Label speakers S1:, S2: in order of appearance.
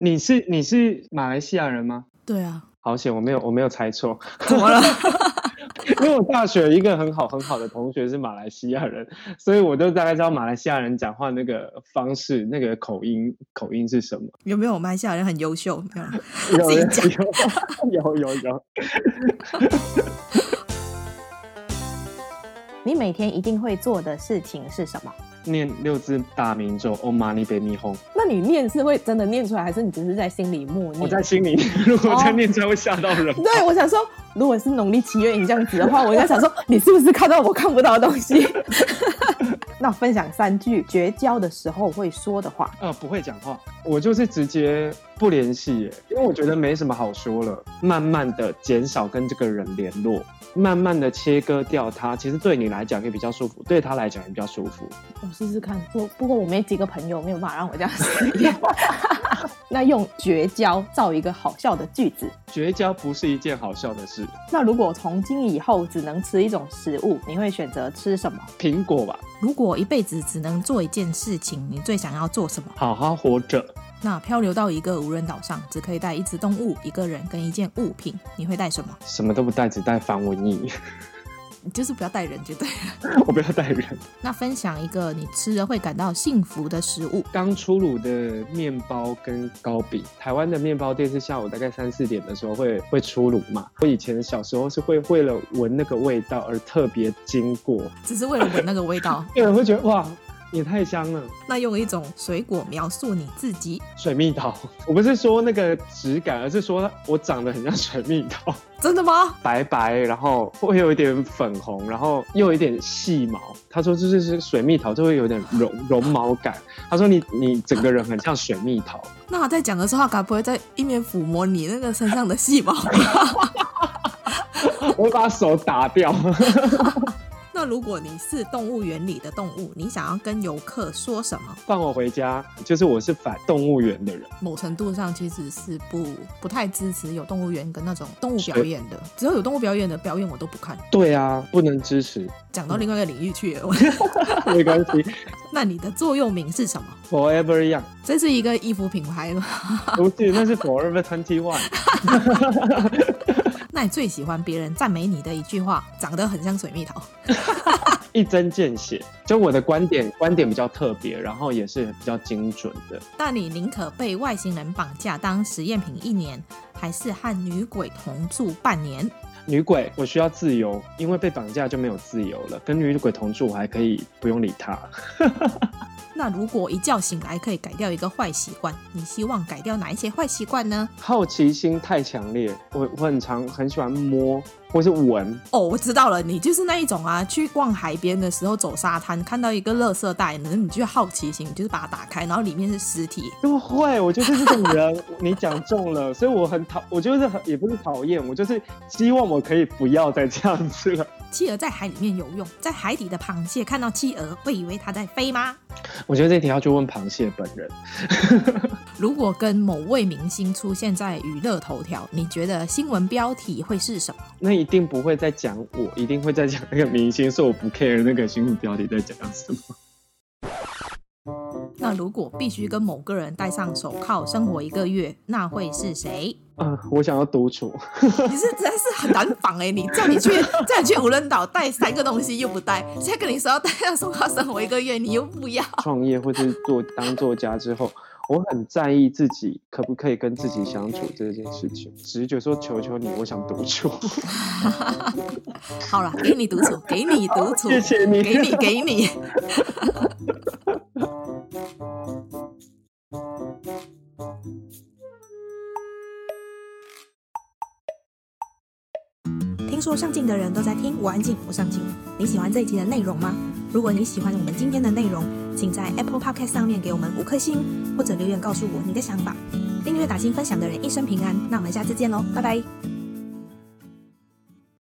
S1: 你是你是马来西亚人吗？
S2: 对啊，
S1: 好险，我没有我没有猜错，
S2: 怎么了？
S1: 因为我大学有一个很好很好的同学是马来西亚人，所以我就大概知道马来西亚人讲话那个方式、那个口音、口音是什么。
S2: 有没有马来西亚人很优秀？没有啦，
S1: 有
S2: 自己
S1: 人
S2: 讲
S1: 有 有有有，
S3: 你每天一定会做的事情是什么？
S1: 念六字大明咒，Om Mani p a m e h m
S3: 那你念是会真的念出来，还是你只是在哦心里默念？
S1: 我在心里，
S2: 嗯
S1: 如果
S2: 哦
S1: 在念出来会吓到人。
S3: 对，我想说，如果是农历七月你这样子的话，我在想说，你是不是看到我看不到的东西？ 那我分享三句绝交的时候会说的话。
S1: 呃，不会讲话，我就是直接不联系耶，因为我觉得没什么好说了。慢慢的减少跟这个人联络，慢慢的切割掉他，其实对你来讲也比较舒服，对他来讲也比较舒服。
S3: 我试试看，不不过我没几个朋友，没有办法让我这样实验。 那用绝交造一个好笑的句子。
S1: 绝交不是一件好笑的事，
S3: 那如果从今以后只能吃一种食物，你会选择吃什么？
S1: 苹果吧，
S2: 如果一辈子只能做一件事情，你最想要做什么？
S1: 好好活着。
S2: 那漂流到一个无人岛上，只可以带一只动物、一个人跟一件物品，你会带什么？
S1: 什么都不带，只带防蚊液。
S2: 你 就是不要带人就对 了。
S1: 我不要带人。
S2: 那分享一个你吃了会感到幸福的食物，
S1: 刚出炉的面包跟糕饼，台湾的面包店是下午大概三四点的时候会会出炉嘛。我以前小时候是会为了闻那个味道而特别经过，
S2: 只是为了闻那个味道。
S1: 有人会觉得哇，也太香了。
S2: 那用一种水果描述你自己，
S1: 水蜜桃，我不是说那个质感，而是说我长得很像水蜜桃，
S2: 真的吗？
S1: 白白，然后会有一点粉红，然后又有一点细毛。他说这就是水蜜桃，就会有点绒绒毛感。他说你你整个人很像水蜜桃，
S2: 那他在讲的时候，他该不会在一面抚摸你那个身上的细 毛？
S1: 我会把手打掉。
S2: 那如果你是动物园里的动物，你想要跟游客说什么？
S1: 放我回家，就是我是反动物园的人，
S2: 某程度上其实是不不太支持有动物园跟那种动物表演的，只要有动物表演的表演我都不看。
S1: 对啊，不能支 持，
S2: 讲到另外一个领域去了，我
S1: 没关系
S2: 那你的座右铭是什么？
S1: ，Forever Young，
S2: 这是一个衣服品牌吗？
S1: 不是，那是 Forever Twenty One，
S2: 那你最喜欢别人赞美你的一句话，长得很像水蜜桃。
S1: 一针见血。就我的观点，观点比较特别，然后也是比较精准的。
S2: 那你宁可被外星人绑架当实验品一年，还是和女鬼同住半年？
S1: 女鬼，我需要自由，因为被绑架就没有自由了。跟女鬼同住，我还可以不用理她。
S2: 那如果一觉醒来可以改掉一个坏习惯，你希望改掉哪一些坏习惯呢？
S1: 好奇心太强烈，我我很常很喜欢摸或是闻，
S2: 哦，我知道了，你就是那一种啊，去逛海边的时候走沙滩，看到一个垃圾袋，然后你就好奇心，你就是把它打开，然后里面是尸体。
S1: 就会，我就是这种人，你讲中了，所以我很讨，我就是很也不是讨厌，我就是希望我可以不要再这样子了。
S2: 企鹅在海里面游泳，在海底的螃蟹看到企鹅，会以为它在飞吗？
S1: 我觉得这题要去问螃蟹本人，
S2: 如果跟某位明星出现在娱乐头条，你觉得新闻标题会是什么？
S1: 那一定不会再讲我，一定会再讲那个明星，所以我不 care 那个新闻标题在讲什 么。
S2: 那如果必须跟某个人戴上手铐生活一个月，那会是谁？
S1: 啊、我想要独处，
S2: 你是真是很难防哎、你叫你去 叫你去无人岛带三个东西又不带，现在跟你说要带上手铐生活一个月，你又不要。
S1: 创业或是做当作家之后。我很在意自己可不可以跟自己相处这件事情，直觉说求求你，我想独处，
S2: 好了，给你独处，给你独处，
S1: 谢谢你，
S2: 给你给你。听说上镜的人都在听，我安静，我上镜。你喜欢这一集的内容吗？如果你喜欢我们今天的内容，请在 Apple Podcast 上面给我们五颗星，或者留言告诉我你的想法。订阅、打新、分享的人一生平安。那我们下次见喽，拜拜。